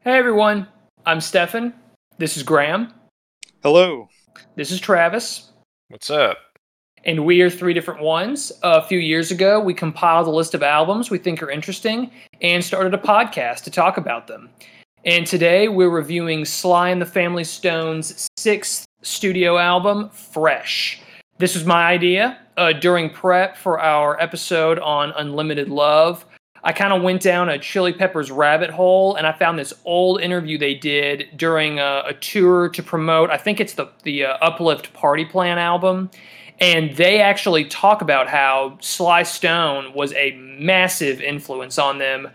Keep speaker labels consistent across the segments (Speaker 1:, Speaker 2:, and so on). Speaker 1: Hey everyone, I'm Stefan. This is Graham.
Speaker 2: Hello.
Speaker 1: This is Travis.
Speaker 3: What's up?
Speaker 1: And we are three different ones. A few years ago, we compiled a list of albums we think are interesting and started a podcast to talk about them. And today we're reviewing Sly and the Family Stone's sixth studio album, Fresh. This was my idea uh, during prep for our episode on Unlimited Love. I kind of went down a Chili Peppers rabbit hole, and I found this old interview they did during a, a tour to promote. I think it's the the uh, Uplift Party Plan album, and they actually talk about how Sly Stone was a massive influence on them.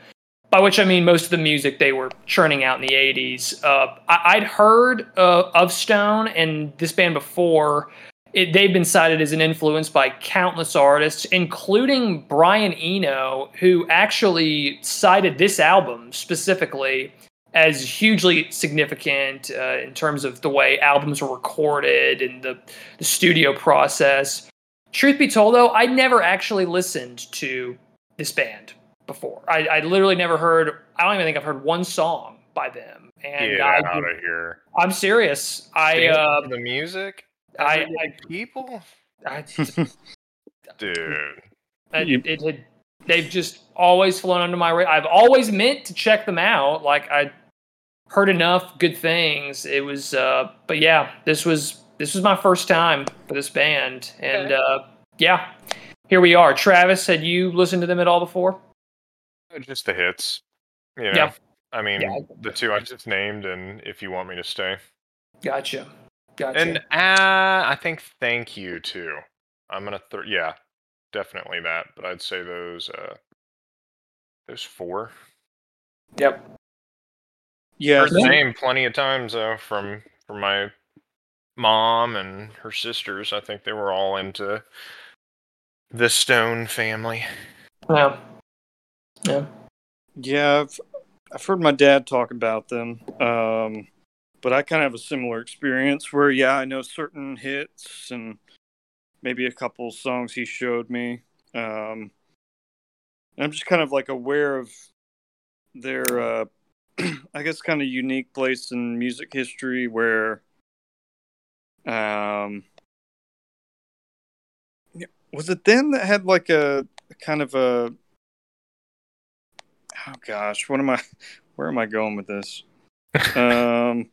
Speaker 1: By which I mean most of the music they were churning out in the '80s. Uh, I, would heard uh, of Stone and this band before. It, they've been cited as an influence by countless artists, including Brian Eno, who actually cited this album specifically as hugely significant uh, in terms of the way albums were recorded and the, the studio process. Truth be told, though, I never actually listened to this band before. I, I literally never heard, I don't even think I've heard one song by them. And
Speaker 3: Get
Speaker 1: I,
Speaker 3: out of here.
Speaker 1: I'm serious. I,
Speaker 3: Dance
Speaker 1: uh,
Speaker 3: to the music?
Speaker 1: I,
Speaker 3: People?
Speaker 1: I, I
Speaker 3: Dude.
Speaker 1: Uh,
Speaker 2: You-
Speaker 1: it had, they've just always flown under my radar. I've always meant to check them out. Like I heard enough good things. It was, uh, but yeah, this was this was my first time for this band, and
Speaker 3: Okay.
Speaker 1: uh, yeah, here we are. Travis, had you listened to them at all before?
Speaker 3: Just the hits. You know,
Speaker 1: Yeah.
Speaker 3: I mean,
Speaker 1: Yeah.
Speaker 3: the two I just named, and if you want me to stay.
Speaker 1: Gotcha, gotcha.
Speaker 3: And uh, I think thank you too. I'm gonna th- yeah, definitely that. But I'd say those uh those four.
Speaker 1: yep.
Speaker 2: Yeah.
Speaker 3: Heard the name plenty of times though from from my mom and her sisters. I think they were all into the Stone family.
Speaker 1: Yeah.
Speaker 2: Yeah, I've I've heard my dad talk about them. Um but I kind of have a similar experience where yeah, I know certain hits and maybe a couple songs he showed me. Um and I'm just kind of like aware of their uh I guess kind of unique place in music history where um yeah, was it them that had like a kind of a oh gosh, what am I? Where am I going with this? Um,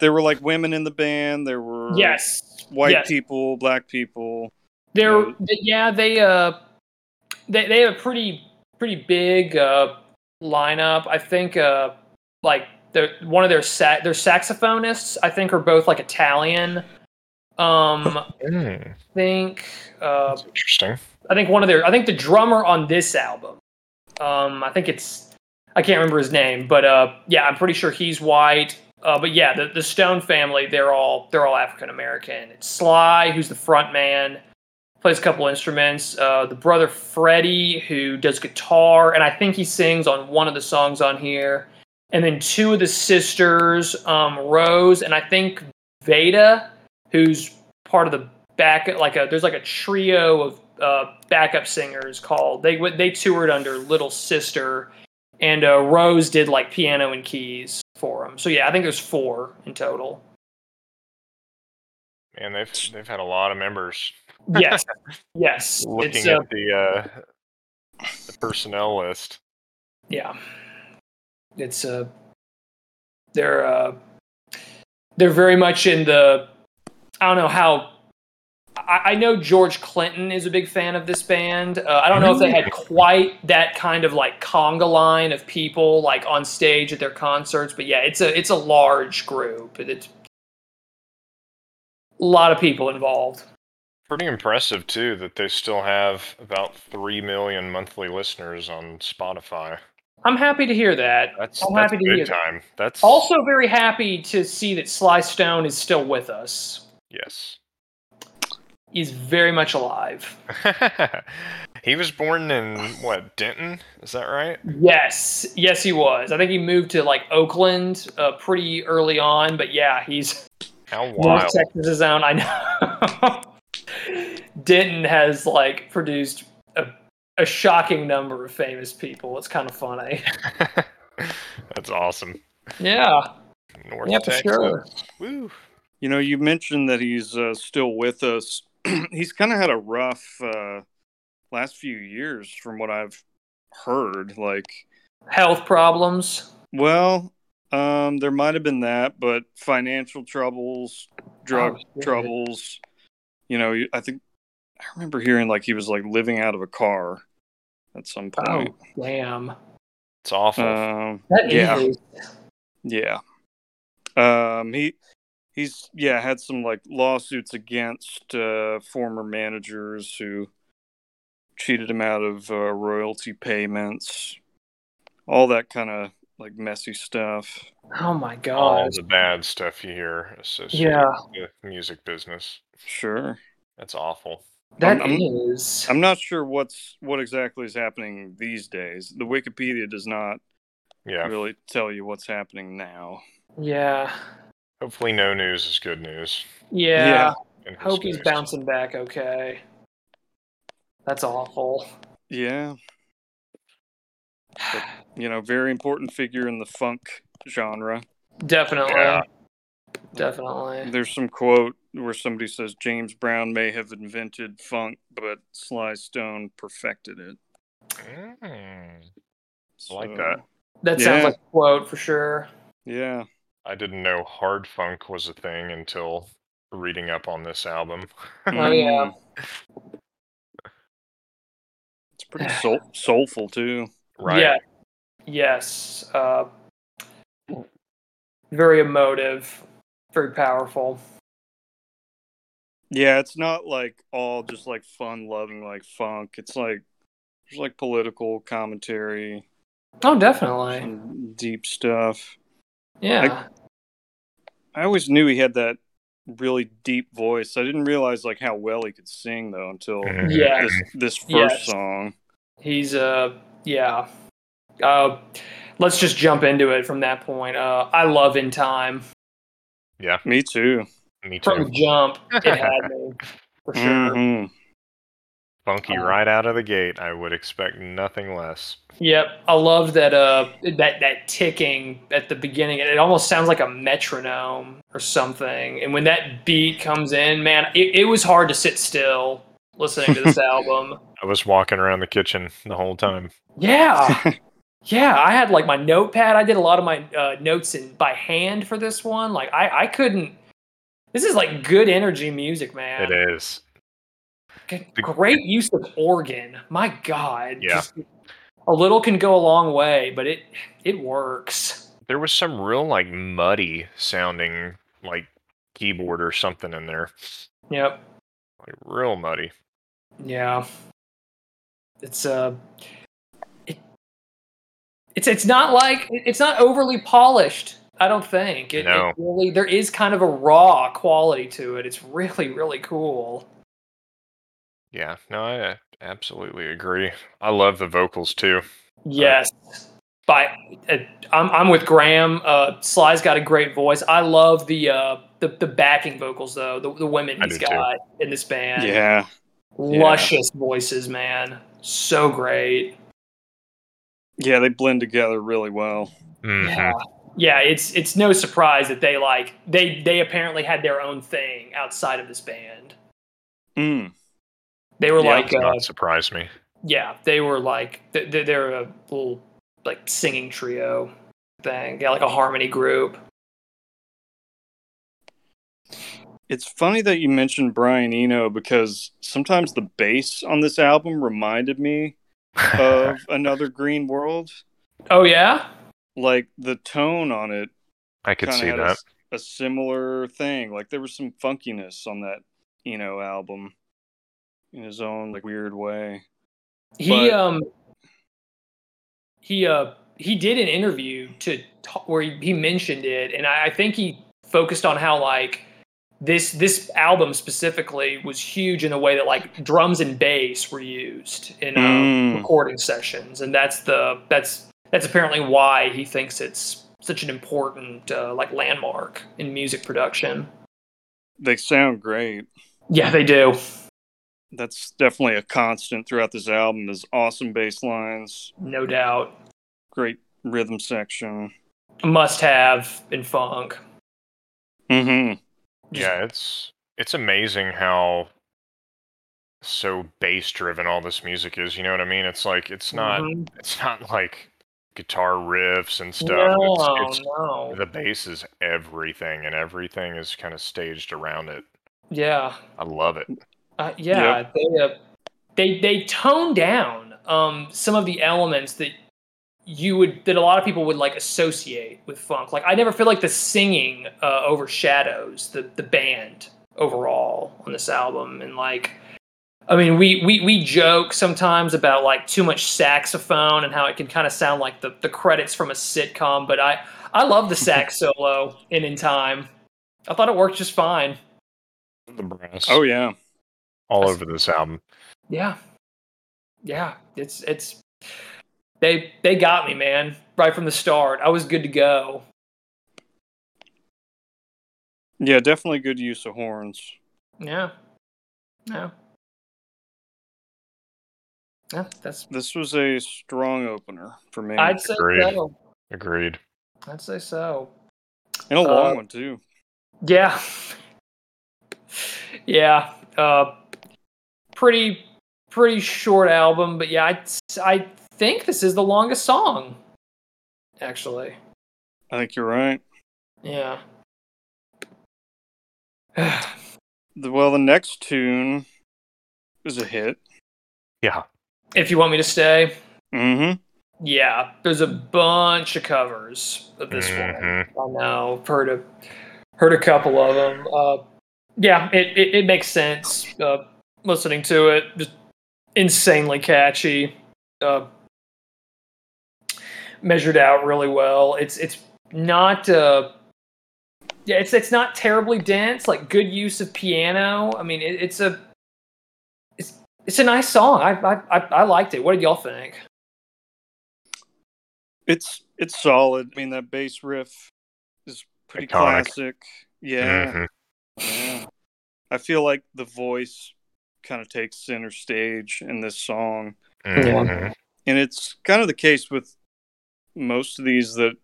Speaker 2: there were like women in the band. There were
Speaker 1: Yes.
Speaker 2: white
Speaker 1: yes.
Speaker 2: people, black people.
Speaker 1: They're
Speaker 2: Yeah.
Speaker 1: th- yeah they uh they they have a pretty pretty big uh lineup. I think uh like their one of their sa- their saxophonists I think are both like Italian. Um, I
Speaker 3: Mm,
Speaker 1: think uh,
Speaker 3: that's interesting.
Speaker 1: I think one of their I think the drummer on this album. Um, I think it's I can't remember his name, but uh, yeah, I'm pretty sure he's white. Uh, but yeah, the, the Stone family they're all they're all African American. It's Sly who's the front man, plays a couple instruments. Uh, the brother Freddie who does guitar, and I think he sings on one of the songs on here. And then two of the sisters, um, Rose and I think Veda, who's part of the back like a there's like a trio of uh, backup singers called they went they toured under Little Sister, and uh, Rose did like piano and keys for them. So yeah, I think there's four in total.
Speaker 3: Man, they've they've had a lot of members.
Speaker 1: Yes, yes, it's,
Speaker 3: Looking
Speaker 1: uh,
Speaker 3: at the uh the personnel list.
Speaker 1: yeah, it's uh, they're uh, they're very much in the I don't know how. I I know George Clinton is a big fan of this band. Uh, I don't know if they had quite that kind of like conga line of people like on stage at their concerts, but yeah, it's a it's a large group. It- It's a lot of people involved.
Speaker 3: Pretty impressive too that they still have about three million monthly listeners on Spotify.
Speaker 1: I'm happy to hear that.
Speaker 3: That's
Speaker 1: I'm
Speaker 3: that's
Speaker 1: happy to
Speaker 3: big
Speaker 1: hear that.
Speaker 3: time. That's
Speaker 1: Also, very happy to see that Sly Stone is still with us.
Speaker 3: yes.
Speaker 1: He's very much alive.
Speaker 3: he was born in what Denton? Is that right?
Speaker 1: Yes, yes, he was. I think he moved to like Oakland uh, pretty early on, but yeah, he's
Speaker 3: How
Speaker 1: North
Speaker 3: wild!
Speaker 1: Texas his own. I know. Denton has like produced a, a shocking number of famous people. It's kind of funny.
Speaker 3: that's awesome.
Speaker 1: Yeah.
Speaker 3: North
Speaker 1: Yeah, for
Speaker 3: Texas.
Speaker 1: sure.
Speaker 3: Woo.
Speaker 2: You know, you mentioned that he's uh, still with us. he's kind of had a rough uh, last few years, from what I've heard. Like,
Speaker 1: Health problems.
Speaker 2: well, um, there might have been that, but financial troubles, drug
Speaker 1: Oh, shit.
Speaker 2: troubles. You know, I think I remember hearing like he was like living out of a car at some
Speaker 1: Oh,
Speaker 2: point.
Speaker 1: damn.
Speaker 3: It's awful.
Speaker 2: Um,
Speaker 1: That
Speaker 2: Yeah.
Speaker 1: injury.
Speaker 2: Yeah. Um he he's yeah, had some like lawsuits against uh former managers who cheated him out of uh, royalty payments. All that kind of like messy stuff.
Speaker 1: Oh my
Speaker 3: All
Speaker 1: god.
Speaker 3: the bad stuff you hear associated
Speaker 1: Yeah.
Speaker 3: with the music business.
Speaker 2: Sure.
Speaker 3: That's awful.
Speaker 1: That
Speaker 2: I'm-
Speaker 1: is-
Speaker 2: I'm not sure what's what exactly is happening these days. The Wikipedia does not
Speaker 3: Yeah.
Speaker 2: really tell you what's happening now.
Speaker 1: yeah.
Speaker 3: Hopefully, no news is good news.
Speaker 1: Yeah.
Speaker 2: Yeah.
Speaker 3: in his
Speaker 1: Hope he's
Speaker 3: case.
Speaker 1: bouncing back okay. That's awful.
Speaker 2: Yeah, you know, very important figure in the funk genre.
Speaker 1: Definitely.
Speaker 3: Yeah.
Speaker 1: Definitely.
Speaker 2: There's some quote where somebody says James Brown may have invented funk, but Sly Stone perfected it.
Speaker 3: Mm. I like
Speaker 2: So,
Speaker 3: that.
Speaker 1: That sounds
Speaker 2: Yeah.
Speaker 1: like a quote for sure.
Speaker 2: Yeah,
Speaker 3: I didn't know hard funk was a thing until reading up on this album.
Speaker 2: Mm-hmm.
Speaker 1: Oh, yeah.
Speaker 2: it's pretty soul- soulful too.
Speaker 3: Right.
Speaker 1: Yeah. Yes. Uh, very emotive. Very powerful.
Speaker 2: Yeah, it's not like all just like fun loving like funk. It's like there's like political commentary,
Speaker 1: Oh, definitely.
Speaker 2: some deep stuff.
Speaker 1: Yeah.
Speaker 2: I always knew he had that really deep voice. I didn't realize like how well he could sing though until
Speaker 3: Mhm.
Speaker 1: Yeah.
Speaker 2: this this first
Speaker 1: Yes.
Speaker 2: song.
Speaker 1: He's uh yeah. Uh let's just jump into it from that point. Uh I love in time.
Speaker 2: Me too.
Speaker 3: Me too.
Speaker 1: From the jump, it had me for sure.
Speaker 3: Mm-hmm.
Speaker 2: Mhm.
Speaker 3: Funky
Speaker 1: Uh,
Speaker 3: right out of the gate. I would expect nothing less.
Speaker 1: Yep. I love that uh that that ticking at the beginning. It almost sounds like a metronome or something. And when that beat comes in, man, it, it was hard to sit still listening to this album.
Speaker 3: I was walking around the kitchen the whole time.
Speaker 1: Yeah. Yeah, I had like my notepad. I did a lot of my uh, notes in by hand for this one. Like I, I couldn't. This is like good energy music, man.
Speaker 3: It is.
Speaker 1: G-
Speaker 3: The-
Speaker 1: Great use of organ. My God.
Speaker 3: Yeah.
Speaker 1: Just- a little can go a long way, but it it works.
Speaker 3: There was some real like muddy sounding like keyboard or something in there.
Speaker 1: Yep.
Speaker 3: Like real muddy.
Speaker 1: Yeah. It's uh it, it's it's not like it- it's not overly polished. I don't think. It, it
Speaker 3: No.
Speaker 1: really there is kind of a raw quality to it. It's really really cool.
Speaker 3: Yeah. No, I uh, absolutely agree. I love the vocals too.
Speaker 1: Yes. By uh, I'm I'm with Graham. Uh, Sly's got a great voice. I love the uh the, the backing vocals though. The, the women
Speaker 3: I
Speaker 1: he's
Speaker 3: do, too.
Speaker 1: got in this band.
Speaker 2: Yeah.
Speaker 1: Luscious voices, man. So great.
Speaker 2: Yeah, they blend together really well.
Speaker 3: Mhm.
Speaker 1: Yeah. Yeah, it's it's no surprise that they like they they apparently had their own thing outside of this band.
Speaker 2: Mm.
Speaker 1: They were
Speaker 2: Yeah,
Speaker 1: like
Speaker 3: Does
Speaker 1: uh,
Speaker 3: not surprise me.
Speaker 1: yeah, they were like th- th- they're a little like singing trio thing. Yeah, like a harmony group.
Speaker 2: It's funny that you mentioned Brian Eno because sometimes the bass on this album reminded me of another Green World.
Speaker 1: Oh yeah?
Speaker 2: Like the tone on it
Speaker 3: I could
Speaker 2: kinda
Speaker 3: see
Speaker 2: had a
Speaker 3: that.
Speaker 2: s- A, similar thing. Like there was some funkiness on that Eno album in his own like weird way.
Speaker 1: He
Speaker 2: But-
Speaker 1: um he uh he did an interview to ta- where he, he mentioned it, and I, I think he focused on how like this this album specifically was huge in the way that like drums and bass were used in uh,
Speaker 2: Mm.
Speaker 1: recording sessions, and that's the that's that's apparently why he thinks it's such an important uh, like landmark in music production.
Speaker 2: They sound great.
Speaker 1: Yeah, they do.
Speaker 2: That's definitely a constant throughout this album is awesome bass lines,
Speaker 1: No doubt.
Speaker 2: great rhythm section.
Speaker 1: must have in funk.
Speaker 2: Mm-hmm.
Speaker 3: yeah, it's it's amazing how so bass driven all this music is. You know what I mean? It's like it's not
Speaker 1: Mhm.
Speaker 3: it's not like guitar riffs and stuff.
Speaker 1: No,
Speaker 3: it's, it's
Speaker 1: no.
Speaker 3: the bass is everything, and everything is kind of staged around it.
Speaker 1: Yeah.
Speaker 3: I love it.
Speaker 1: Uh, yeah, they, uh, they they tone down um, some of the elements that you would that a lot of people would like associate with funk. Like I never feel like the singing uh, overshadows the the band overall on this album, and like. I mean, we, we we joke sometimes about like too much saxophone and how it can kind of sound like the, the credits from a sitcom, but I, I love the sax solo in in time. I thought it worked just fine.
Speaker 3: The brass
Speaker 2: Oh yeah.
Speaker 3: all over this album.
Speaker 1: Yeah. Yeah. It's it's they they got me, man, right from the start. I was good to go.
Speaker 2: Yeah, definitely good use of horns.
Speaker 1: Yeah. Yeah. Yeah, that's
Speaker 2: This was a strong opener for me.
Speaker 1: I'd say
Speaker 3: Agreed.
Speaker 1: so.
Speaker 3: Agreed.
Speaker 1: I'd say so.
Speaker 2: and a long
Speaker 1: uh,
Speaker 2: one too.
Speaker 1: Yeah. yeah. Uh pretty pretty short album, but yeah, I I think this is the longest song actually.
Speaker 2: I think you're right.
Speaker 1: Yeah.
Speaker 2: The, well, the next tune is a hit.
Speaker 3: Yeah.
Speaker 1: if you want me to stay,
Speaker 2: Mm-hmm.
Speaker 1: yeah, there's a bunch of covers of this
Speaker 3: Mhm.
Speaker 1: one. I know, I've heard a heard a couple of them. Uh, yeah, it, it it makes sense. Uh, listening to it, just insanely catchy. Uh, measured out really well. It's it's not. Uh, yeah, it's it's not terribly dense. Like good use of piano. I mean, it, it's a it's it's a nice song. I, I I I liked it. What did y'all think?
Speaker 2: It's it's solid. I mean, that bass riff is pretty
Speaker 3: Iconic.
Speaker 2: classic. Yeah.
Speaker 3: Mhm.
Speaker 2: yeah. I feel like the voice kind of takes center stage in this song.
Speaker 3: Mhm.
Speaker 2: and it's kind of the case with most of these that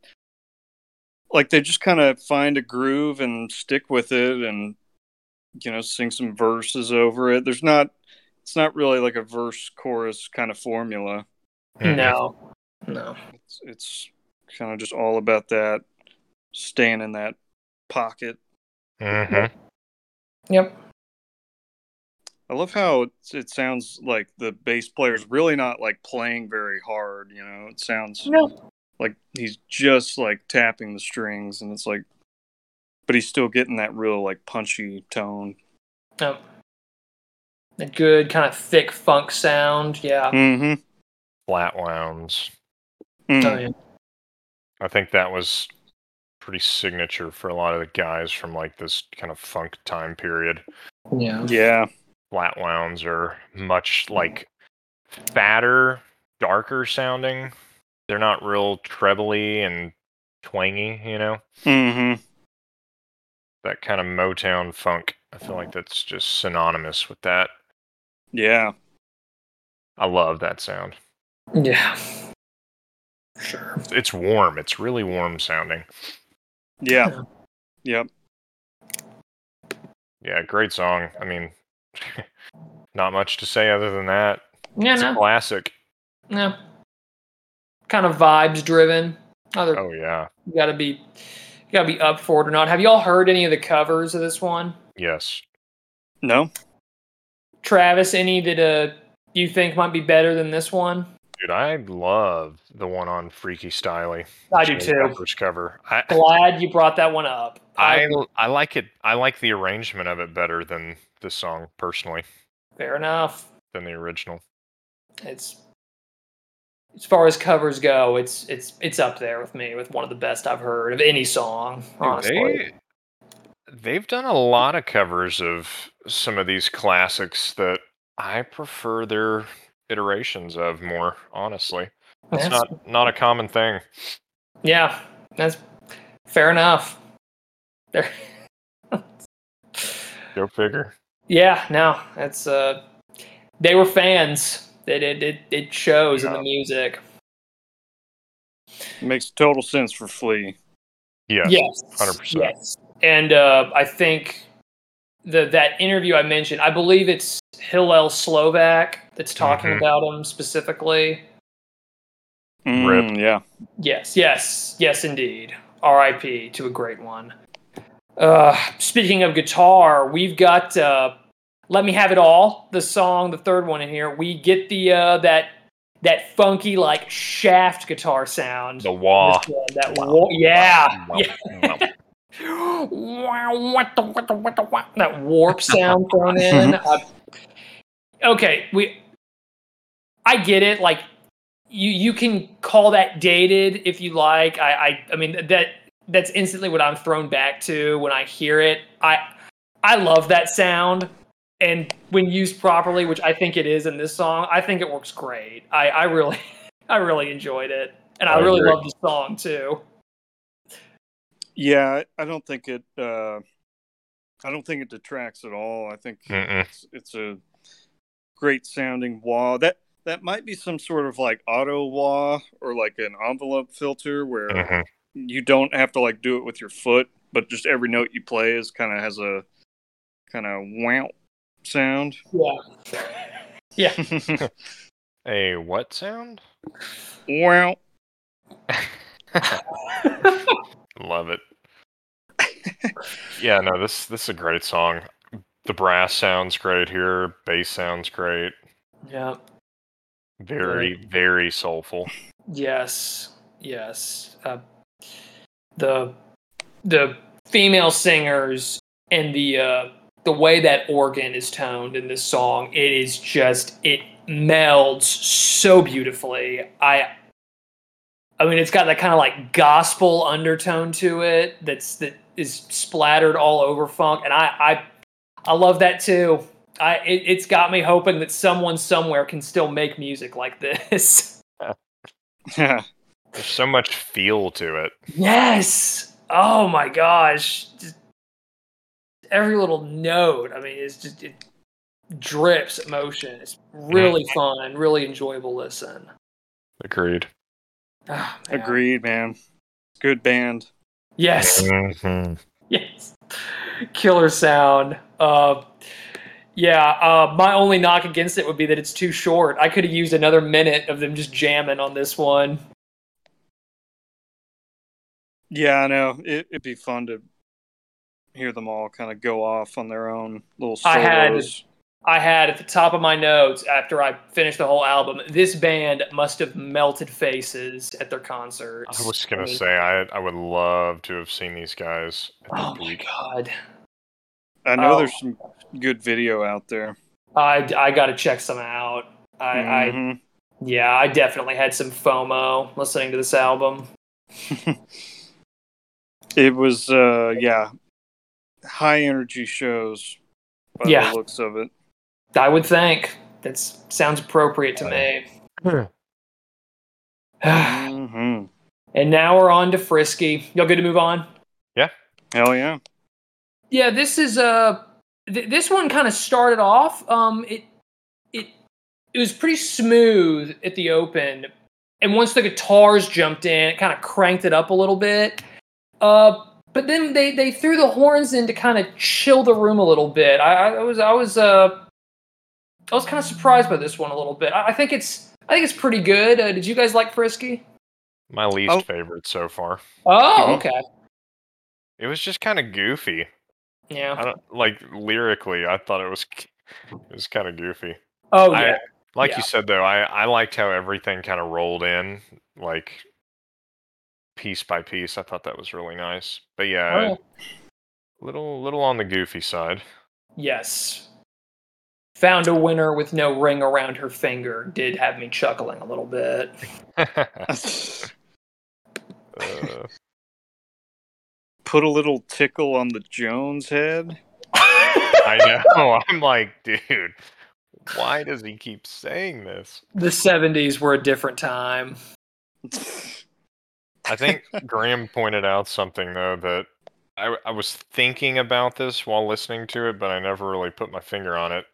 Speaker 2: like they just kind of find a groove and stick with it and you know sing some verses over it there's not it's not really like a verse chorus kind of formula
Speaker 3: Mhm.
Speaker 1: No, no.
Speaker 2: it's, it's kind of just all about that staying in that pocket
Speaker 3: Mhm.
Speaker 1: Yep.
Speaker 2: i love how it's, it sounds like the bass player's really not like playing very hard you know it sounds
Speaker 1: No.
Speaker 2: like he's just like tapping the strings and it's like but he's still getting that real like punchy tone
Speaker 1: No. Oh. A good kind of thick funk sound. Yeah.
Speaker 2: mm-hmm Mm.
Speaker 3: Flat wounds.
Speaker 1: Oh,
Speaker 3: Mm.
Speaker 1: yeah.
Speaker 3: I think that was pretty signature for a lot of the guys from like this kind of funk time period.
Speaker 1: Oh, yeah.
Speaker 2: yeah
Speaker 3: Flat wounds are much like fatter, darker sounding. They're not real trebly and twangy, you know?
Speaker 2: mm-hmm
Speaker 3: That kind of Motown funk. I feel like that's just synonymous with that.
Speaker 2: yeah
Speaker 3: I love that sound.
Speaker 1: Yeah. Sure.
Speaker 3: It's warm. It's really warm sounding.
Speaker 2: yeah
Speaker 3: Yeah, great song. I mean, not much to say other than that.
Speaker 1: Yeah,
Speaker 3: It's a
Speaker 1: no.
Speaker 3: classic.
Speaker 1: No. Kind of vibes driven. Other
Speaker 3: Oh yeah.
Speaker 1: you gotta be you gotta be up for it or not. Have y'all heard any of the covers of this one?
Speaker 3: Yes.
Speaker 2: no
Speaker 1: Travis, any that uh you think might be better than this one?
Speaker 3: Dude, I love the one on Freaky Styly.
Speaker 1: I do
Speaker 3: Chili
Speaker 1: too. Oh,
Speaker 3: Peppers cover. I,
Speaker 1: Glad you brought that one up.
Speaker 3: I I like it. I like the arrangement of it better than this song personally
Speaker 1: fair enough.
Speaker 3: than the original.
Speaker 1: it's as far as covers go, it's it's it's up there with me with one of the best I've heard of any song. Honestly,
Speaker 3: They they've done a lot of covers of some of these classics that I prefer their iterations of more. Honestly, it's
Speaker 1: That's-
Speaker 3: not not a common thing.
Speaker 1: yeah, that's fair enough. There,
Speaker 3: Go figure.
Speaker 1: yeah, no, that's uh, they were fans. It it it, it shows in the
Speaker 3: Yeah.
Speaker 1: music.
Speaker 2: makes total sense for flea
Speaker 3: Yeah.
Speaker 1: Yes.
Speaker 3: 100%.
Speaker 1: Yes. And uh, I think the that interview I mentioned, I believe it's Hillel Slovak that's talking
Speaker 3: Mhm.
Speaker 1: about him specifically.
Speaker 3: Rip.
Speaker 2: Mm, yeah.
Speaker 1: Yes, yes, yes, indeed. R.I.P. to a great one. Uh, speaking of guitar, we've got uh, "Let Me Have It All," the song, the third one in here. We get the uh, that that funky like shaft guitar sound.
Speaker 3: The wah.
Speaker 1: This one, that wah- yeah.
Speaker 3: Wah,
Speaker 1: yeah.
Speaker 3: wah, wah.
Speaker 1: Wow, what the, what the, what the, what? That warp sound thrown in. Uh, okay, we. I get it. Like, you you can call that dated if you like. I I, I mean that that's instantly what I'm thrown back to when I hear it. I I love that sound, and when used properly, which I think it is in this song, I think it works great. I I really I really enjoyed it, and I,
Speaker 3: I
Speaker 1: really
Speaker 3: agree.
Speaker 1: love the song too.
Speaker 2: Yeah, I- I don't think it. Uh, I don't think it detracts at all. I think
Speaker 3: Mm-mm.
Speaker 2: it's, it's a great sounding wah. That that might be some sort of like auto wah or like an envelope filter where
Speaker 3: Mhm.
Speaker 2: you don't have to like do it with your foot, but just every note you play is kind of has a kind of wow sound.
Speaker 1: Yeah.
Speaker 3: A what sound?
Speaker 2: wow.
Speaker 3: Love it. yeah, no, this this is a great song. The brass sounds great here. Bass sounds great.
Speaker 1: yeah.
Speaker 3: Very, very soulful.
Speaker 1: Yes, yes. Uh, the the female singers and the uh, the way that organ is toned in this song, it is just it melds so beautifully. I I mean, it's got that kind of like gospel undertone to it that's that is splattered all over funk, and I I I love that too. I it, it's got me hoping that someone somewhere can still make music like this.
Speaker 3: There's so much feel to it.
Speaker 1: Yes. Oh my gosh. Just every little note. I mean, it's just it drips emotion. It's really fun, really enjoyable listen.
Speaker 3: Agreed.
Speaker 1: Ah, man.
Speaker 2: Agreed, man. Good band.
Speaker 1: Yes.
Speaker 3: Mhm.
Speaker 1: Yes. Killer sound. Uh yeah, uh, my only knock against it would be that it's too short. I could have used another minute of them just jamming on this one.
Speaker 2: Yeah, I know. It, it'd be fun to hear them all kind of go off on their own little solos.
Speaker 1: I had- I had at the top of my notes after I finished the whole album. This band must have melted faces at their concerts.
Speaker 3: I was gonna
Speaker 1: mean,
Speaker 3: say I I would love to have seen these guys. at the
Speaker 1: Oh my
Speaker 3: peak.
Speaker 1: god!
Speaker 2: I know
Speaker 1: Oh.
Speaker 2: there's some good video out there.
Speaker 1: I I gotta check some out. I, I
Speaker 2: Mhm.
Speaker 3: Mm-hmm.
Speaker 1: yeah, I definitely had some FOMO listening to this album.
Speaker 2: It was, uh, yeah, high energy shows by
Speaker 1: Yeah.
Speaker 2: the looks of it.
Speaker 1: I would think that sounds appropriate to me. and
Speaker 2: hmm
Speaker 1: now we're on to Frisky. Y'all good to move on?
Speaker 2: Hell yeah.
Speaker 1: Yeah, this is uh th- this one kind of started off um it it it was pretty smooth at the open and once the guitars jumped in it kind of cranked it up a little bit. Uh but then they they threw the horns in to kind of chill the room a little bit. I, I- I was I was uh I was kind of surprised by this one a little bit. I, I think it's I think it's pretty good. Uh, did you guys like Frisky?
Speaker 3: My least
Speaker 2: Oh.
Speaker 3: favorite so far.
Speaker 1: Oh,
Speaker 2: Mhm.
Speaker 1: okay.
Speaker 3: It was just kind of goofy.
Speaker 1: Yeah.
Speaker 3: I don't like lyrically. I thought it was c- it was kind of goofy.
Speaker 1: Oh
Speaker 3: I-
Speaker 1: yeah.
Speaker 3: like
Speaker 1: Yeah.
Speaker 3: you said though, I I liked how everything kind of rolled in like piece by piece. I thought that was really nice. But yeah,
Speaker 1: Oh, yeah.
Speaker 3: little little on the goofy side.
Speaker 1: Yes. Found a winner with no ring around her finger did have me chuckling a little bit.
Speaker 3: Uh,
Speaker 2: Put a little tickle on the Jones head.
Speaker 3: I know. I'm like, dude, why does he keep saying this?
Speaker 1: the 70s were a different time.
Speaker 3: I think Graham pointed out something though that I, I was thinking about this while listening to it, but I never really put my finger on it.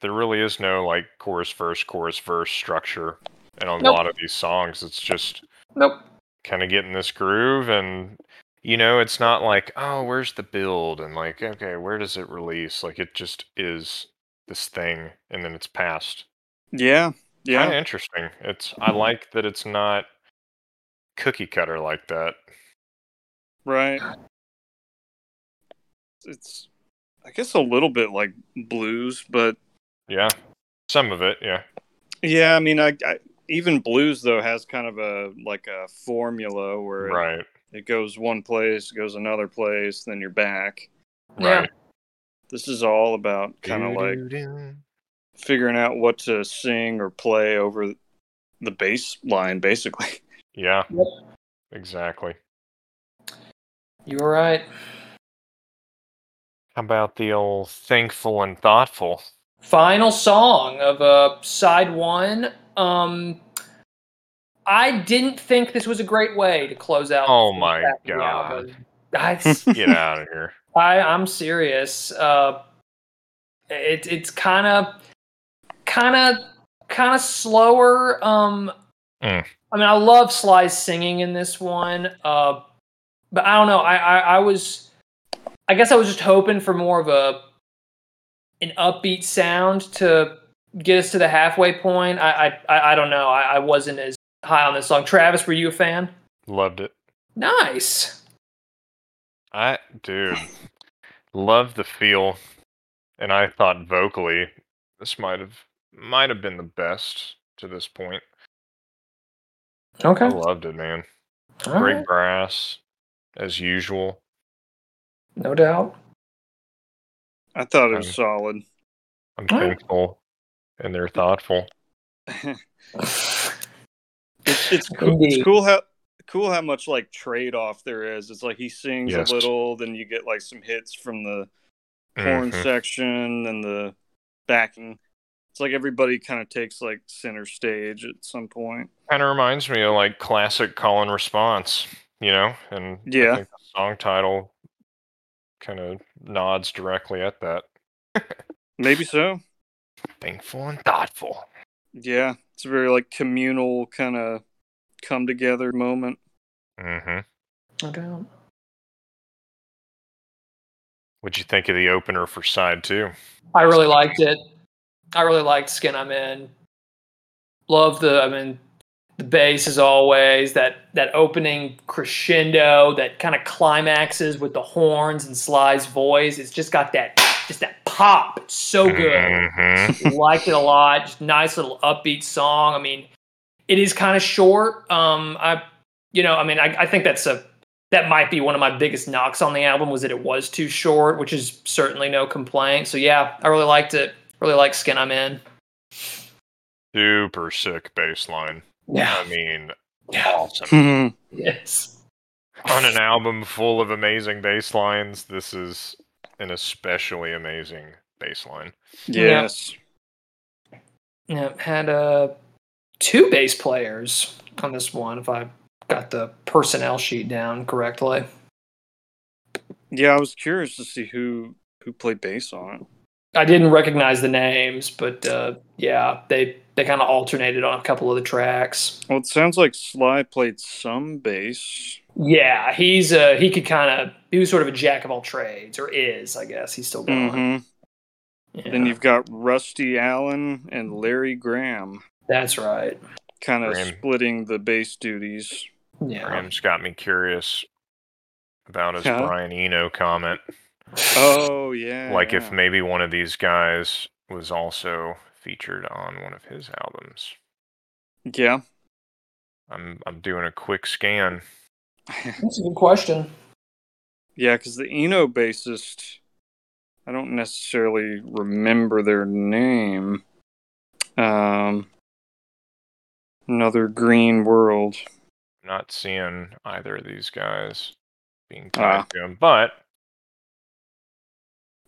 Speaker 3: There really is no like chorus verse chorus verse structure in a
Speaker 1: Nope.
Speaker 3: lot of these songs. It's just
Speaker 1: Nope.
Speaker 3: kind of getting this groove and You know, it's not like, oh, where's the build? And like, okay, where does it release? Like, it just is this thing, and then it's passed.
Speaker 2: Yeah. Yeah.
Speaker 3: Kind of interesting. It's I like that it's not cookie cutter like that.
Speaker 2: Right. It's, I guess, a little bit like blues, but
Speaker 3: Yeah, some of it. Yeah,
Speaker 2: yeah, I mean, I, I even blues though has kind of a like a formula where it,
Speaker 3: right,
Speaker 2: it goes one place, goes another place, then you're back.
Speaker 1: Yeah.
Speaker 3: right.
Speaker 2: This is all about kind of like figuring out what to sing or play over the bass line, basically.
Speaker 3: Yeah,
Speaker 1: Yep.
Speaker 3: exactly.
Speaker 1: You were right.
Speaker 3: How about the old thankful and thoughtful?
Speaker 1: Final song of uh, side one. Um, I didn't think this was a great way to close out.
Speaker 3: Oh
Speaker 1: the first
Speaker 3: my
Speaker 1: half of the
Speaker 3: God.
Speaker 1: album. I,
Speaker 3: Get out of here.
Speaker 1: I I'm serious. Uh, it it's kind of, kind of, kind of slower. Um,
Speaker 3: Mm.
Speaker 1: I mean, I love Sly's singing in this one, uh, but I don't know. I, I I was, I guess I was just hoping for more of a, an upbeat sound to get us to the halfway point. I I I, I don't know. I, I wasn't as high on this song. Travis, were you a fan?
Speaker 3: Loved it.
Speaker 1: Nice.
Speaker 3: I dude, love the feel, and I thought vocally this might have might have been the best to this point.
Speaker 1: Okay.
Speaker 3: I loved it, man.
Speaker 1: All
Speaker 3: Great
Speaker 1: right.
Speaker 3: brass, as usual.
Speaker 1: No doubt.
Speaker 2: I thought it
Speaker 3: Um,
Speaker 2: was solid.
Speaker 3: I'm
Speaker 1: All right.
Speaker 3: thankful, and they're thoughtful.
Speaker 2: It's it's cool, it's
Speaker 1: Indeed.
Speaker 2: cool how cool how much like trade off there is. It's like he sings
Speaker 3: Yes.
Speaker 2: a little, then you get like some hits from the horn
Speaker 3: Mhm.
Speaker 2: section and the backing. It's like everybody kind of takes like center stage at some point.
Speaker 3: kind of reminds me of like classic call and response, you know, and I
Speaker 2: Yeah.
Speaker 3: think the song title kind of nods directly at that.
Speaker 2: Maybe so.
Speaker 3: Thankful and thoughtful.
Speaker 2: Yeah, it's a very like communal kind of come together moment.
Speaker 3: Mm-hmm.
Speaker 1: No doubt.
Speaker 3: What'd you think of the opener for side two?
Speaker 1: I really liked it. I really liked Skin I'm In. Love the I mean the bass as always, that that opening crescendo that kind of climaxes with the horns and Sly's voice. It's just got that just that pop. It's so
Speaker 3: Mm-hmm.
Speaker 1: good.
Speaker 3: Mhm.
Speaker 1: liked it a lot. Just nice little upbeat song. I mean, it is kind of short. Um I you know, I mean I, I think that's a that might be one of my biggest knocks on the album was that it was too short, which is certainly no complaint. So yeah, I really liked it. Really like Skin I'm In.
Speaker 3: Super sick bass line. I mean, awesome.
Speaker 1: yes.
Speaker 3: On an album full of amazing bass lines, this is an especially amazing bass line.
Speaker 2: Yes.
Speaker 1: Yeah, had uh two bass players on this one if I got the personnel sheet down correctly.
Speaker 2: Yeah, I was curious to see who who played bass on
Speaker 1: I didn't recognize the names, but uh yeah, they they kind of alternated on a couple of the tracks.
Speaker 2: it. Well, it sounds like Sly played some bass.
Speaker 1: Yeah, he's uh he could kind of he was sort of a jack of all trades or is I guess he's still going.
Speaker 3: Mm-hmm.
Speaker 2: Mhm.
Speaker 1: Yeah,
Speaker 2: Then you've got Rusty Allen and Larry Graham
Speaker 1: that's right.
Speaker 2: kind of
Speaker 3: Graham.
Speaker 2: splitting the bass duties.
Speaker 1: Yeah.
Speaker 3: Graham's got me curious about his
Speaker 2: Yeah.
Speaker 3: Brian Eno comment.
Speaker 2: Oh yeah.
Speaker 3: like
Speaker 2: yeah.
Speaker 3: if maybe one of these guys was also featured on one of his albums.
Speaker 2: Yeah.
Speaker 3: I'm I'm doing a quick scan.
Speaker 1: That's a good question.
Speaker 2: Yeah, because the Eno bassist, I don't necessarily remember their name. Um, another Green World.
Speaker 3: Not seeing either of these guys being tied
Speaker 2: Ah.
Speaker 3: to him, but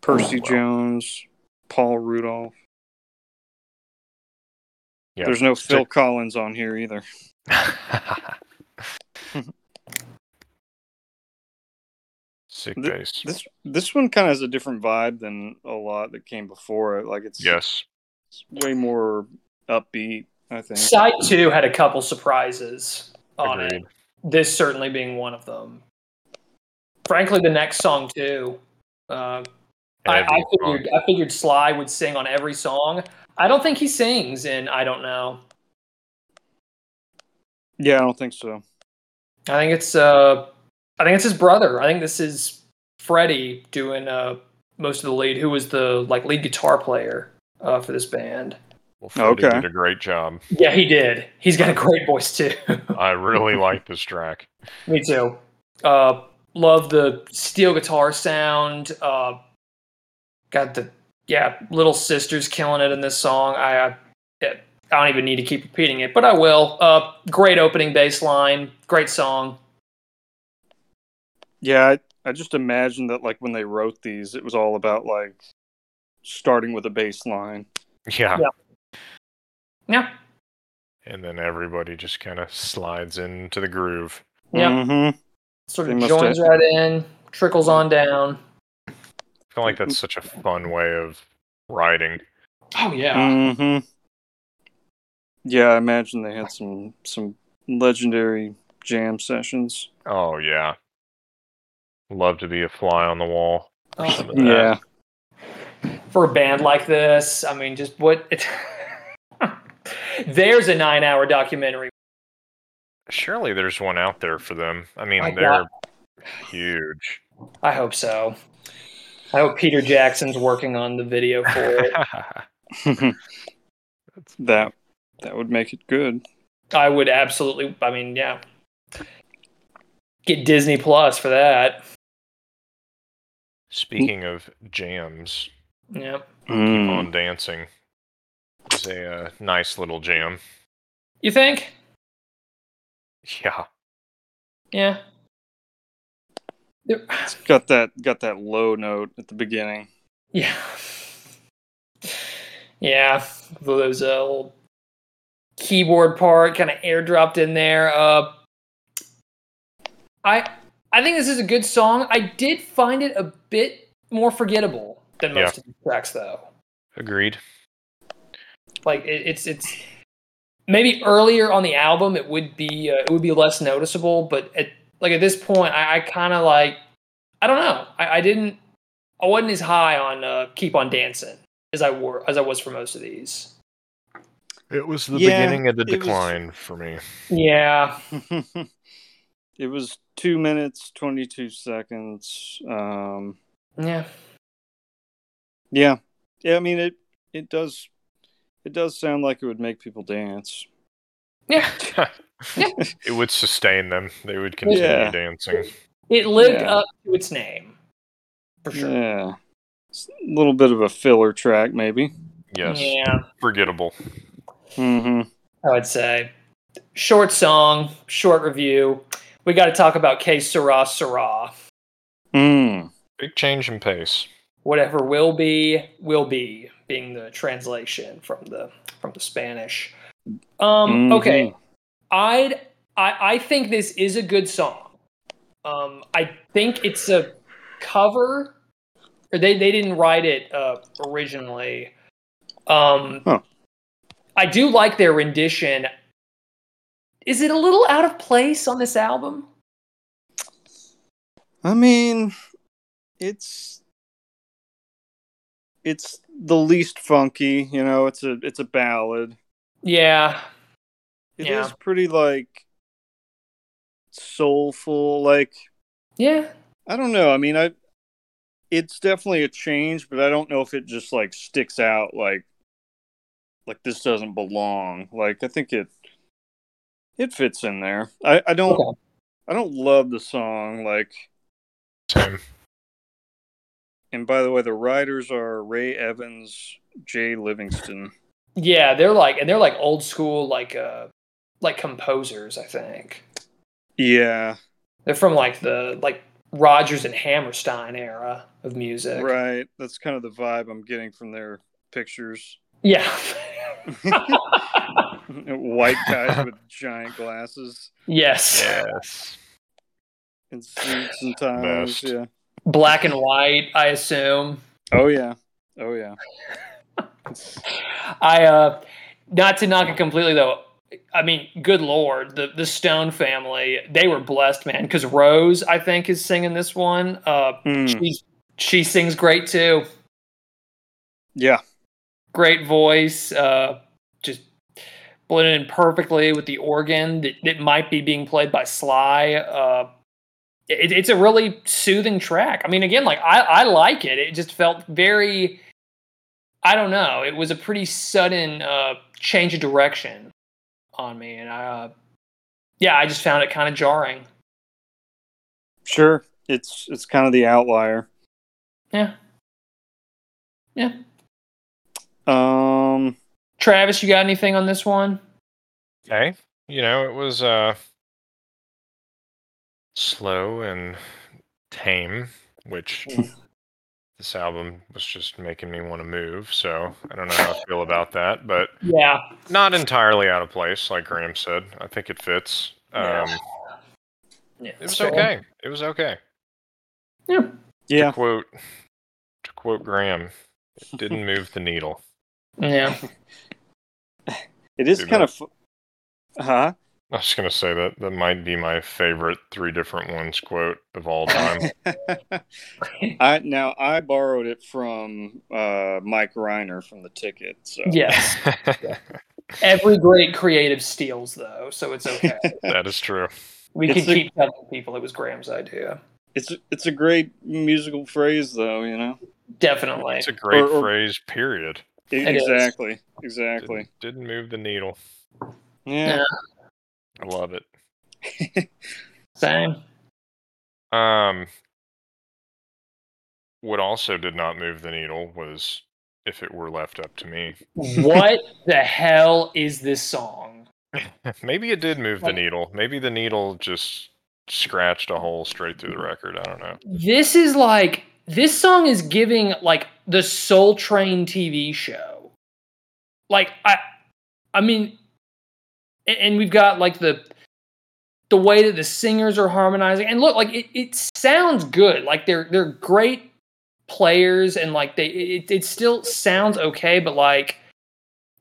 Speaker 2: Percy
Speaker 3: well.
Speaker 2: Jones, Paul Rudolph.
Speaker 3: yeah.
Speaker 2: There's no Phil
Speaker 3: stick-
Speaker 2: Collins on here either.
Speaker 3: Sick
Speaker 2: Th-
Speaker 3: bass.
Speaker 2: This this one kind of has a different vibe than a lot that came before it. Like it's
Speaker 3: yes.
Speaker 2: it's way more upbeat. I think.
Speaker 1: Side two had a couple surprises on it.
Speaker 3: Agreed.
Speaker 1: This certainly being one of them. frankly, the next song too. Uh, I, I
Speaker 3: Every song.
Speaker 1: figured I figured Sly would sing on every song. I don't think he sings, and I don't know.
Speaker 2: Yeah, I don't think so.
Speaker 1: I think it's uh, I think it's his brother. I think this is Freddie doing uh most of the lead, who was the like lead guitar player uh, for this band.
Speaker 3: Well, Freddie
Speaker 2: Okay.
Speaker 3: did a great job.
Speaker 1: Yeah, he did. He's got a great voice too.
Speaker 3: I really like this track.
Speaker 1: Me too. Uh, love the steel guitar sound. Uh, got the yeah, little sisters killing it in this song. I I, it- I don't even need to keep repeating it, but I will. Uh, great opening bass line. Great song.
Speaker 2: Yeah, I, I just imagine that like when they wrote these, it was all about like starting with a bass line.
Speaker 3: Yeah.
Speaker 1: Yeah. Yeah.
Speaker 3: And then everybody just kind of slides into the groove.
Speaker 1: Yeah.
Speaker 2: Mhm.
Speaker 1: Sort
Speaker 2: They
Speaker 1: of
Speaker 2: must
Speaker 1: joins
Speaker 2: have-
Speaker 1: right in, trickles on down.
Speaker 3: I feel like that's
Speaker 2: Mm-hmm.
Speaker 3: such a fun way of writing.
Speaker 1: Oh yeah.
Speaker 2: Mhm. Yeah, I imagine they had some some legendary jam sessions.
Speaker 3: Oh yeah. Love to be a fly on the wall. or
Speaker 1: Oh,
Speaker 3: something like that.
Speaker 2: Yeah.
Speaker 1: for a band like this, I mean, just what? It, there's a nine-hour documentary.
Speaker 3: Surely there's one out there for them. I mean,
Speaker 1: I
Speaker 3: they're huge.
Speaker 1: I hope so. I hope Peter Jackson's working on the video for it.
Speaker 2: Mm. that that would make it good.
Speaker 1: I would absolutely. I mean, yeah. Get Disney Plus for that.
Speaker 3: Speaking of jams,
Speaker 1: Yeah.
Speaker 3: Keep
Speaker 2: Mm.
Speaker 3: on dancing. It's a uh, nice little jam.
Speaker 1: You think?
Speaker 3: Yeah.
Speaker 1: Yeah. There-
Speaker 2: It's got that got that low note at the beginning.
Speaker 1: Yeah. Yeah. Those uh, little keyboard part kind of airdropped in there. Uh, I I think this is a good song. I did find it a bit more forgettable than most of the tracks, though.
Speaker 3: Agreed.
Speaker 1: like it, it's it's maybe earlier on the album it would be uh, it would be less noticeable but at like at this point i, I kind of like i don't know I, I didn't i wasn't as high on uh, keep on dancing as i were as i was for most of these
Speaker 3: It was the
Speaker 2: Yeah,
Speaker 3: beginning of the
Speaker 2: it was-
Speaker 3: decline for me.
Speaker 1: yeah
Speaker 2: it was two minutes twenty two seconds. Um,
Speaker 1: yeah
Speaker 2: yeah, yeah. I mean it. It does. It does sound like it would make people dance.
Speaker 1: yeah
Speaker 3: It would sustain them. They would continue
Speaker 2: Yeah.
Speaker 3: dancing.
Speaker 1: it lived
Speaker 2: Yeah.
Speaker 1: up to its name for sure
Speaker 2: Yeah, it's a little bit of a filler track, maybe.
Speaker 3: Yes.
Speaker 1: yeah
Speaker 3: Forgettable.
Speaker 2: hmm
Speaker 1: I would say. Short song, short review. We got to talk about K Sarah Sarah. Um,
Speaker 2: Mm.
Speaker 3: Big change in pace.
Speaker 1: Whatever will be, will be, being the translation from the from the Spanish. Um,
Speaker 2: Mm-hmm.
Speaker 1: Okay, I'd, I I think this is a good song. Um, I think it's a cover. Or they they didn't write it uh, originally. Um,
Speaker 2: Huh.
Speaker 1: I do like their rendition. Is it a little out of place on this album?
Speaker 2: I mean, it's it's the least funky. You know, it's a it's a ballad.
Speaker 1: Yeah,
Speaker 2: It is
Speaker 1: Yeah.
Speaker 2: pretty like soulful. Like
Speaker 1: yeah,
Speaker 2: I don't know. I mean, I it's definitely a change, but I don't know if it just like sticks out like like this doesn't belong. Like I think it it fits in there. I I don't
Speaker 1: Okay.
Speaker 2: I don't love the song like
Speaker 3: Same.
Speaker 2: and by the way the writers are Ray Evans, Jay Livingston.
Speaker 1: yeah. They're like and they're like old school, like uh, like composers. I think
Speaker 2: Yeah,
Speaker 1: they're from like the like Rogers and Hammerstein era of music.
Speaker 2: right. That's kind of the vibe I'm getting from their pictures.
Speaker 1: Yeah.
Speaker 2: White guys with giant glasses
Speaker 1: yes.
Speaker 3: Yes.
Speaker 2: and suits and ties.
Speaker 3: Best.
Speaker 2: Yeah.
Speaker 1: Black and white, I assume.
Speaker 2: Oh yeah. Oh yeah.
Speaker 1: I uh not to knock it completely though. I mean, good lord, the the Stone family, they were blessed, man. Because Rose, I think, is singing this one. Uh,
Speaker 2: Mm,
Speaker 1: she's, she sings great too.
Speaker 2: yeah.
Speaker 1: Great voice. Uh, just blended in perfectly with the organ that, that might be being played by Sly. Uh, it, it's a really soothing track. I mean, again, like I, I like it. It just felt very. I don't know. It was a pretty sudden uh, change of direction on me, and I, uh, yeah, I just found it kind of jarring.
Speaker 2: Sure. It's it's kind of the outlier.
Speaker 1: Yeah. Yeah.
Speaker 2: Um
Speaker 1: Travis, you got anything on this one?
Speaker 3: Okay. You know, it was uh slow and tame, which this album was just making me want to move, so I don't know how I feel about that, but
Speaker 1: Yeah.
Speaker 3: not entirely out of place, like Graham said. I think it fits.
Speaker 1: Yeah.
Speaker 3: Um it was okay. It was okay.
Speaker 1: Yeah.
Speaker 2: yeah.
Speaker 3: To quote to quote Graham, it didn't move the needle.
Speaker 1: Yeah.
Speaker 2: It is
Speaker 3: Dude,
Speaker 2: kind of fu- Huh?
Speaker 3: I was gonna say that that might be my favorite three different ones quote of all time.
Speaker 2: I now I borrowed it from uh Mike Reiner from the ticket. So
Speaker 1: Yes. Every great creative steals, though, so it's okay.
Speaker 3: that is true.
Speaker 1: We
Speaker 2: It's
Speaker 1: can
Speaker 2: a-
Speaker 1: keep telling people it was Graham's idea.
Speaker 2: it's it's a great musical phrase though, you know.
Speaker 1: Definitely.
Speaker 3: It's a great
Speaker 2: or-
Speaker 3: phrase, period.
Speaker 1: It is.
Speaker 2: exactly. Exactly.
Speaker 3: Didn't, didn't move the needle.
Speaker 2: Yeah.
Speaker 3: I love it.
Speaker 1: Same.
Speaker 3: Um, what also did not move the needle was if it were left up to me.
Speaker 1: What the hell is this song?
Speaker 3: Maybe it did move the
Speaker 1: Like-
Speaker 3: needle. Maybe the needle just scratched a hole straight through the record. I don't know.
Speaker 1: This is like, this song is giving like the Soul Train TV show. Like, I, I mean, and, and we've got like the the way that the singers are harmonizing and look like it, it sounds good like they're they're great players and like they it, it still sounds okay but like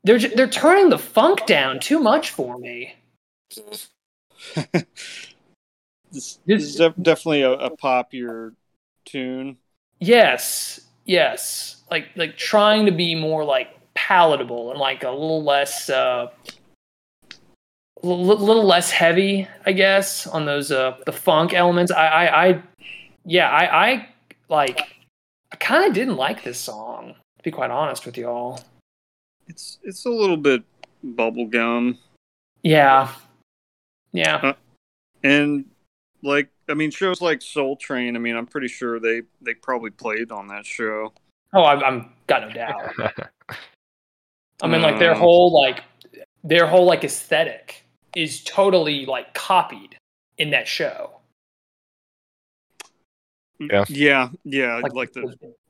Speaker 1: they're ju- they're turning the funk down too much for me
Speaker 2: This,
Speaker 1: This-
Speaker 2: this is def- definitely a, a popular tune.
Speaker 1: yes yes like like trying to be more like palatable and like a little less uh a little less heavy i guess on those uh the funk elements i i, I yeah i i like i kind of didn't like this song to be quite honest with y'all
Speaker 2: It's it's a little bit bubblegum
Speaker 1: yeah yeah
Speaker 2: and like I mean shows like Soul Train, I mean I'm pretty sure they they probably played on that show.
Speaker 1: oh I, i'm got no doubt I mean, like their whole like their whole like aesthetic is totally like copied in that show.
Speaker 3: Yeah.
Speaker 2: Yeah, yeah, like, the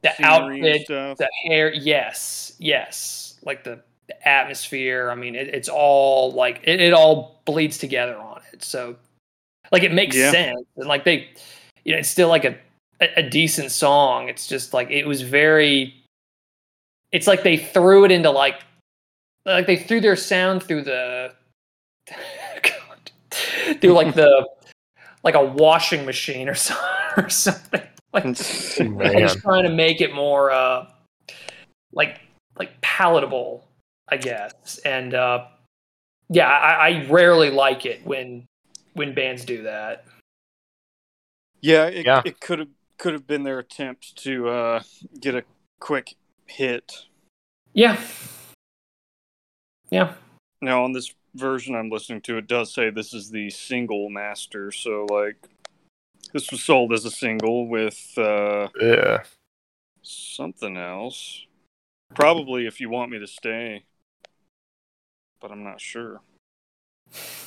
Speaker 1: the
Speaker 2: scenery and
Speaker 1: outfit,
Speaker 2: stuff.
Speaker 1: the hair. Yes, yes. Like the, the atmosphere. I mean, it, it's all like it, it all bleeds together on it. So, like, it makes
Speaker 2: Yeah.
Speaker 1: sense. And like they, you know, it's still like a a, a decent song. It's just like it was very. It's like they threw it into like, like they threw their sound through the, God, through like the, like a washing machine or so, or something. Like
Speaker 3: Man.
Speaker 1: I'm just trying to make it more uh like like palatable, I guess. And uh yeah, I, I rarely like it when when bands do that.
Speaker 2: yeah, it,
Speaker 3: Yeah.
Speaker 2: it could have could have been their attempt to uh get a quick hit.
Speaker 1: Yeah. Yeah.
Speaker 2: Now on this version I'm listening to, it does say this is the single master, so like this was sold as a single with uh
Speaker 3: Yeah.
Speaker 2: something else. Probably if you want me to stay. But I'm not sure.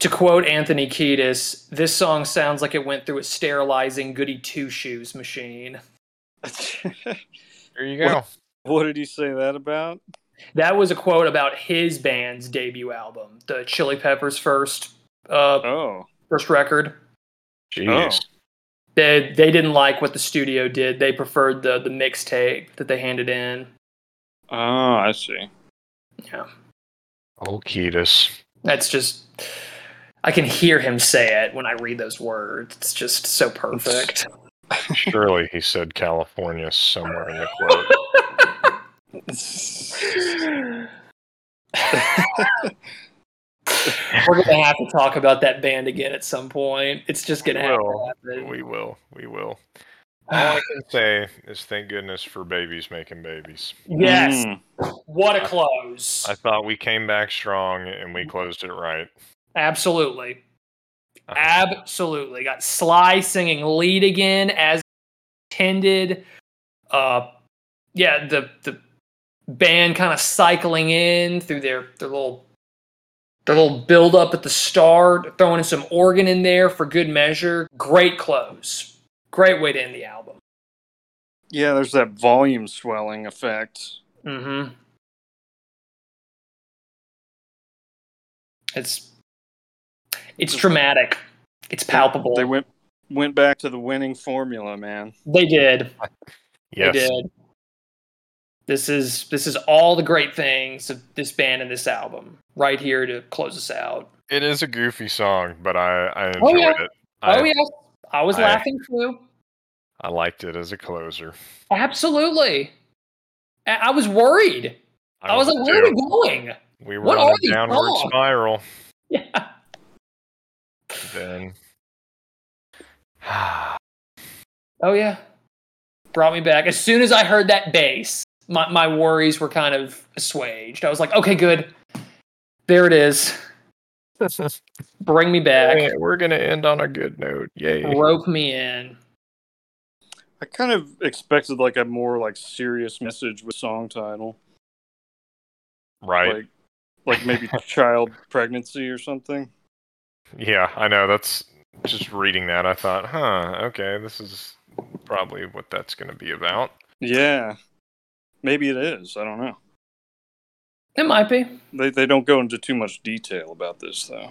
Speaker 1: To quote Anthony Kiedis, this song sounds like it went through a sterilizing goody two shoes machine.
Speaker 3: There you go.
Speaker 2: what did he say that about?
Speaker 1: That was a quote about his band's debut album, the Chili Peppers first uh
Speaker 2: Oh.
Speaker 1: first record.
Speaker 3: Jeez.
Speaker 1: they they didn't like what the studio did. They preferred the the
Speaker 2: Ah,
Speaker 1: mixtape that they handed in.
Speaker 2: Oh, I see.
Speaker 1: Yeah.
Speaker 3: Oh, Ketis.
Speaker 1: That's just I can hear him say it when I read those words. It's just so perfect.
Speaker 3: Surely he said California somewhere in the quote.
Speaker 1: We're gonna have to talk about that band again at some point. It's just gonna
Speaker 3: We
Speaker 1: have to
Speaker 3: will.
Speaker 1: happen.
Speaker 3: we will. We will. All I can say is thank goodness for babies making babies.
Speaker 1: yes,
Speaker 2: Mm.
Speaker 1: what a close!
Speaker 3: I thought we came back strong and
Speaker 1: Mm.
Speaker 3: we closed it right.
Speaker 1: Absolutely,
Speaker 3: Uh,
Speaker 1: absolutely. Got Sly singing lead again as intended. Uh, yeah, the the band kind of cycling in through their their little their little build up at the start, throwing in some organ in there for good measure. Great close. Great way to end the album.
Speaker 2: Yeah, there's that volume swelling effect.
Speaker 1: Mm-hmm. It's it's traumatic. It's palpable.
Speaker 2: They went went back to the winning formula, man.
Speaker 1: They did.
Speaker 3: yes.
Speaker 1: They did. This is this is all the great things of this band and this album right here to close us out.
Speaker 3: It is a goofy song, but I, I enjoyed
Speaker 1: Oh, yeah.
Speaker 3: it. I,
Speaker 1: oh yeah, I was
Speaker 3: I-
Speaker 1: laughing too.
Speaker 3: I liked it as a closer.
Speaker 1: Absolutely. I, I was worried. I, was like,
Speaker 3: too.
Speaker 1: where are we going?
Speaker 3: we were
Speaker 1: what
Speaker 3: on
Speaker 1: are
Speaker 3: a
Speaker 1: these
Speaker 3: downward
Speaker 1: songs?
Speaker 3: spiral.
Speaker 1: Yeah.
Speaker 3: Then
Speaker 1: Oh yeah. Brought me back. As soon as I heard that bass, my, my worries were kind of assuaged. I was like, okay, good. There it is. Bring me back.
Speaker 3: Hey, we're gonna end on a good note. Yay.
Speaker 1: Rope me in.
Speaker 2: I kind of expected like a more like serious message with song title,
Speaker 3: Right.
Speaker 2: like like maybe child pregnancy or something.
Speaker 3: Yeah, I know. That's just reading that. I thought, huh, okay, this is probably what that's going to be about.
Speaker 2: Yeah, maybe it is. I don't know.
Speaker 1: It might be.
Speaker 2: They they don't go into too much detail about this though.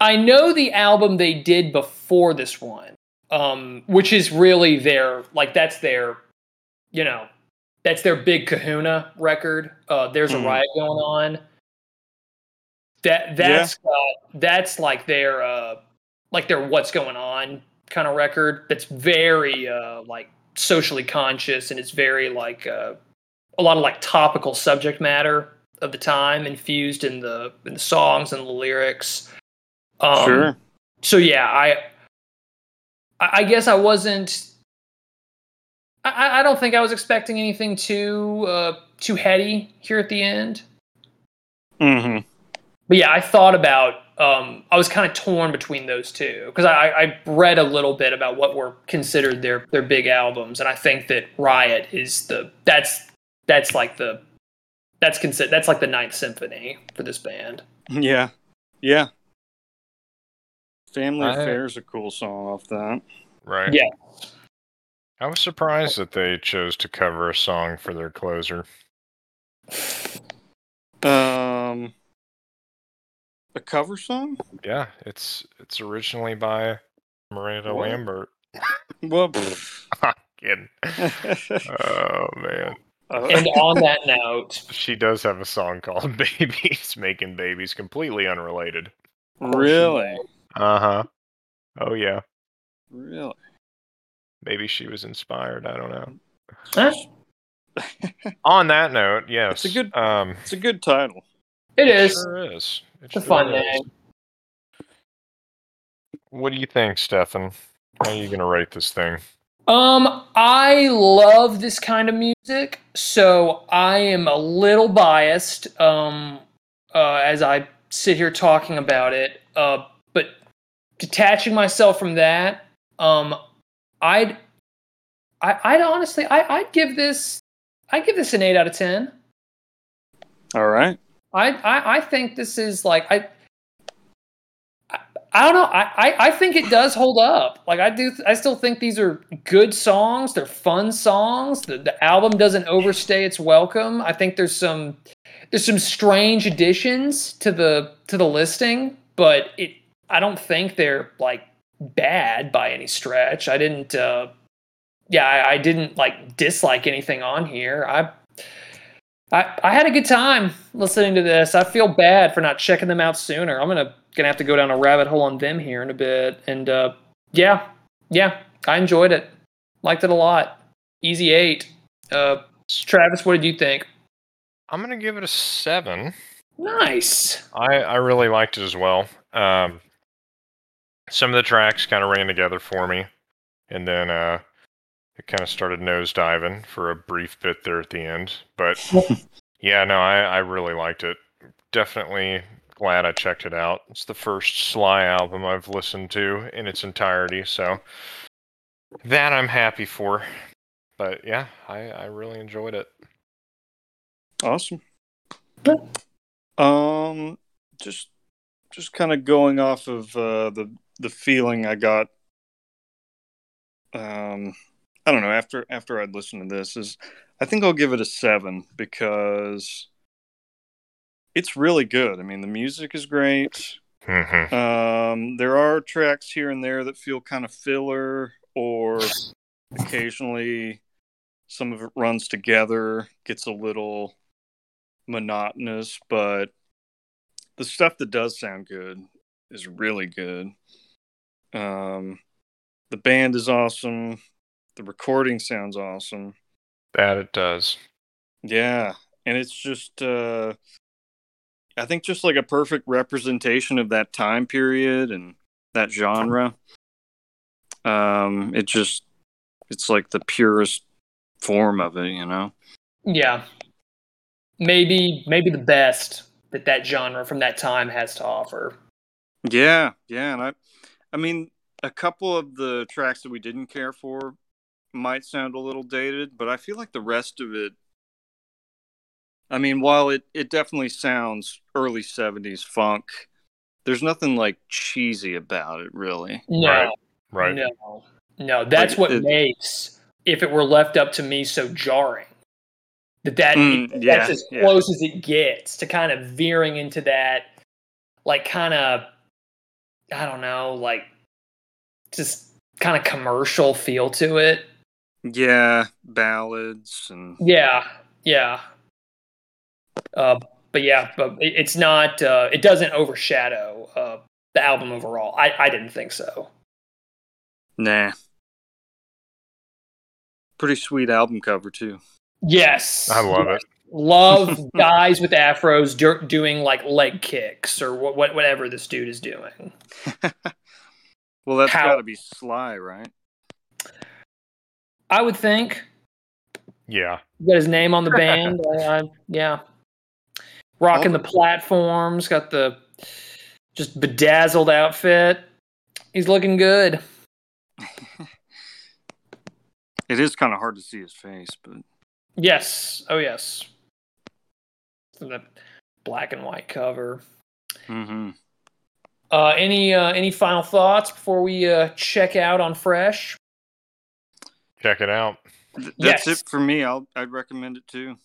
Speaker 1: I know the album they did before this one, um, which is really their like that's their, you know, that's their big Kahuna record. Uh, There's
Speaker 2: Mhm.
Speaker 1: a riot going on. That
Speaker 2: Yeah.
Speaker 1: that's uh, that's like their uh, like their what's going on kind of record. That's very uh, like socially conscious and it's very like uh, a lot of like topical subject matter of the time infused in the in the songs and the lyrics. Um,
Speaker 2: sure.
Speaker 1: so yeah i i I guess i wasn't I- i i don't think i was expecting anything too uh too heady here at the end
Speaker 2: hmm
Speaker 1: but yeah i thought about um i was kind of torn between those two because i i read a little bit about what were considered their their big albums and i think that riot is the that's that's like the that's consider that's like the ninth symphony for this band
Speaker 2: Yeah. Yeah. Family
Speaker 3: I-
Speaker 2: Affair's a cool song off that.
Speaker 3: Right.
Speaker 1: Yeah.
Speaker 3: I was surprised that they chose to cover a song for their closer.
Speaker 2: Um, a cover song?
Speaker 3: Yeah, it's it's originally by Miranda
Speaker 2: What?
Speaker 3: Lambert.
Speaker 2: Well, pff,
Speaker 3: Kidding. Oh man.
Speaker 2: uh,
Speaker 1: and on that note
Speaker 3: She does have a song called Babies Making Babies, completely unrelated.
Speaker 2: really,
Speaker 3: Uh-huh. Oh yeah.
Speaker 2: really.
Speaker 3: Maybe she was inspired, I don't know.
Speaker 1: huh?
Speaker 3: On that note, yes.
Speaker 2: a good-
Speaker 3: um
Speaker 2: It's a good title.
Speaker 1: it is
Speaker 3: Sure is. It
Speaker 1: It's a
Speaker 3: sure
Speaker 1: fun
Speaker 3: is.
Speaker 1: name.
Speaker 3: What do you think, Stefan? How are you gonna rate this thing?
Speaker 1: Um, I love this kind of music, so I am a little biased. Um, uh, as I sit here talking about it, uh, but detaching myself from that, um, I'd, I, I'd honestly, I, I'd give this, I'd give this an eight out of ten.
Speaker 2: All right.
Speaker 1: I, I, I think this is like I. I- I don't know. I, I, I think it does hold up. Like I do, I still think these are good songs. They're fun songs. The, the album doesn't overstay its welcome. I think there's some there's some strange additions to the to the listing, but it I don't think they're like bad by any stretch. I didn't. Uh, yeah, I, I didn't like dislike anything on here. I I, I had a good time listening to this. I feel bad for not checking them out sooner. I'm gonna gonna have to go down a rabbit hole on them here in a bit. And uh, yeah, yeah, I enjoyed it. Liked it a lot. Easy eight. Uh, Travis, what did you think?
Speaker 3: I'm gonna give it a seven.
Speaker 1: Nice.
Speaker 3: I I really liked it as well. Um, some of the tracks kind of ran together for me, and then uh, it kind of started nosediving for a brief bit there at the end. But yeah, no, I I really liked it. Definitely glad I checked it out. It's the first Sly album I've listened to in its entirety, so that I'm happy for. But yeah, I I really enjoyed it.
Speaker 2: Awesome. Um, just just kind of going off of uh, the the feeling I got. Um, I don't know after after I'd listened to this is, I think I'll give it a seven because it's really good. I mean, the music is great.
Speaker 3: Mm-hmm.
Speaker 2: Um, there are tracks here and there that feel kind of filler, or occasionally some of it runs together, gets a little monotonous, but the stuff that does sound good is really good. Um, the band is awesome. The recording sounds awesome.
Speaker 3: That it does.
Speaker 2: Yeah, and it's just uh, I think just like a perfect representation of that time period and that genre. Um, it just it's like the purest form of it, you know.
Speaker 1: Yeah. Maybe maybe the best that that genre from that time has to offer.
Speaker 2: Yeah, yeah, and I, I mean, a couple of the tracks that we didn't care for might sound a little dated, but I feel like the rest of it. I mean, while it it definitely sounds early '70s funk, there's nothing like cheesy about it, really.
Speaker 1: No.
Speaker 3: Right. Right.
Speaker 1: No. No, that's
Speaker 2: Like,
Speaker 1: what
Speaker 2: it-
Speaker 1: makes if it were left up to me so jarring. That that
Speaker 2: Mm,
Speaker 1: that's
Speaker 2: yeah,
Speaker 1: as
Speaker 2: yeah.
Speaker 1: close as it gets to kind of veering into that like kind of I don't know, like just kind of commercial feel to it.
Speaker 2: Yeah, ballads and
Speaker 1: Yeah, yeah. Uh, but yeah, but it, it's not. Uh, it doesn't overshadow uh, the album overall. I, I didn't think so.
Speaker 2: nah. Pretty sweet album cover too.
Speaker 1: Yes,
Speaker 3: I love it.
Speaker 1: love guys with afros dur- doing like leg kicks or wha- what whatever this dude is doing.
Speaker 2: Well, that's
Speaker 1: How-
Speaker 2: got to be Sly, right?
Speaker 1: I would think
Speaker 3: Yeah.
Speaker 1: You got his name on the band. I, I, yeah, rocking the platforms. Got the just bedazzled outfit. He's looking good.
Speaker 2: It is kind of hard to see his face, but
Speaker 1: Yes. Oh, yes. So The black and white cover.
Speaker 2: hmm
Speaker 1: Uh, any uh, any final thoughts before we uh, check out on Fresh?
Speaker 3: Check it out.
Speaker 2: Th- that's
Speaker 1: Yes.
Speaker 2: it for me. I'll I'd recommend it too.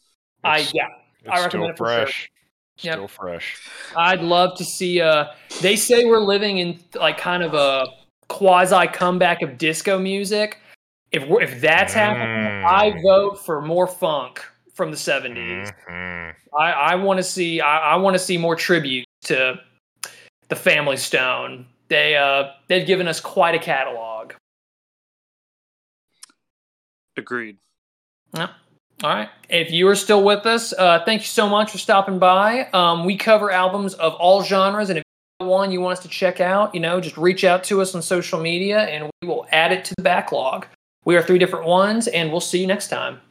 Speaker 1: I
Speaker 3: It's-
Speaker 1: yeah,
Speaker 3: It's
Speaker 1: I
Speaker 3: still
Speaker 1: recommend it for sure.
Speaker 3: fresh.
Speaker 1: Yep.
Speaker 3: Still fresh.
Speaker 1: I'd love to see. Uh, they say we're living in like kind of a quasi comeback of disco music. If we're, if that's happening,
Speaker 3: Mm.
Speaker 1: I vote for more funk from the 70s
Speaker 3: Mhm.
Speaker 1: I, I want to see I, I want to see more tribute to the Family Stone. They uh they've given us quite a catalog.
Speaker 2: Agreed.
Speaker 1: All right. If you are still with us, uh, thank you so much for stopping by. Um, we cover albums of all genres, and if you have one you want us to check out, you know, just reach out to us on social media, and we will add it to the backlog. We are three different ones, and we'll see you next time.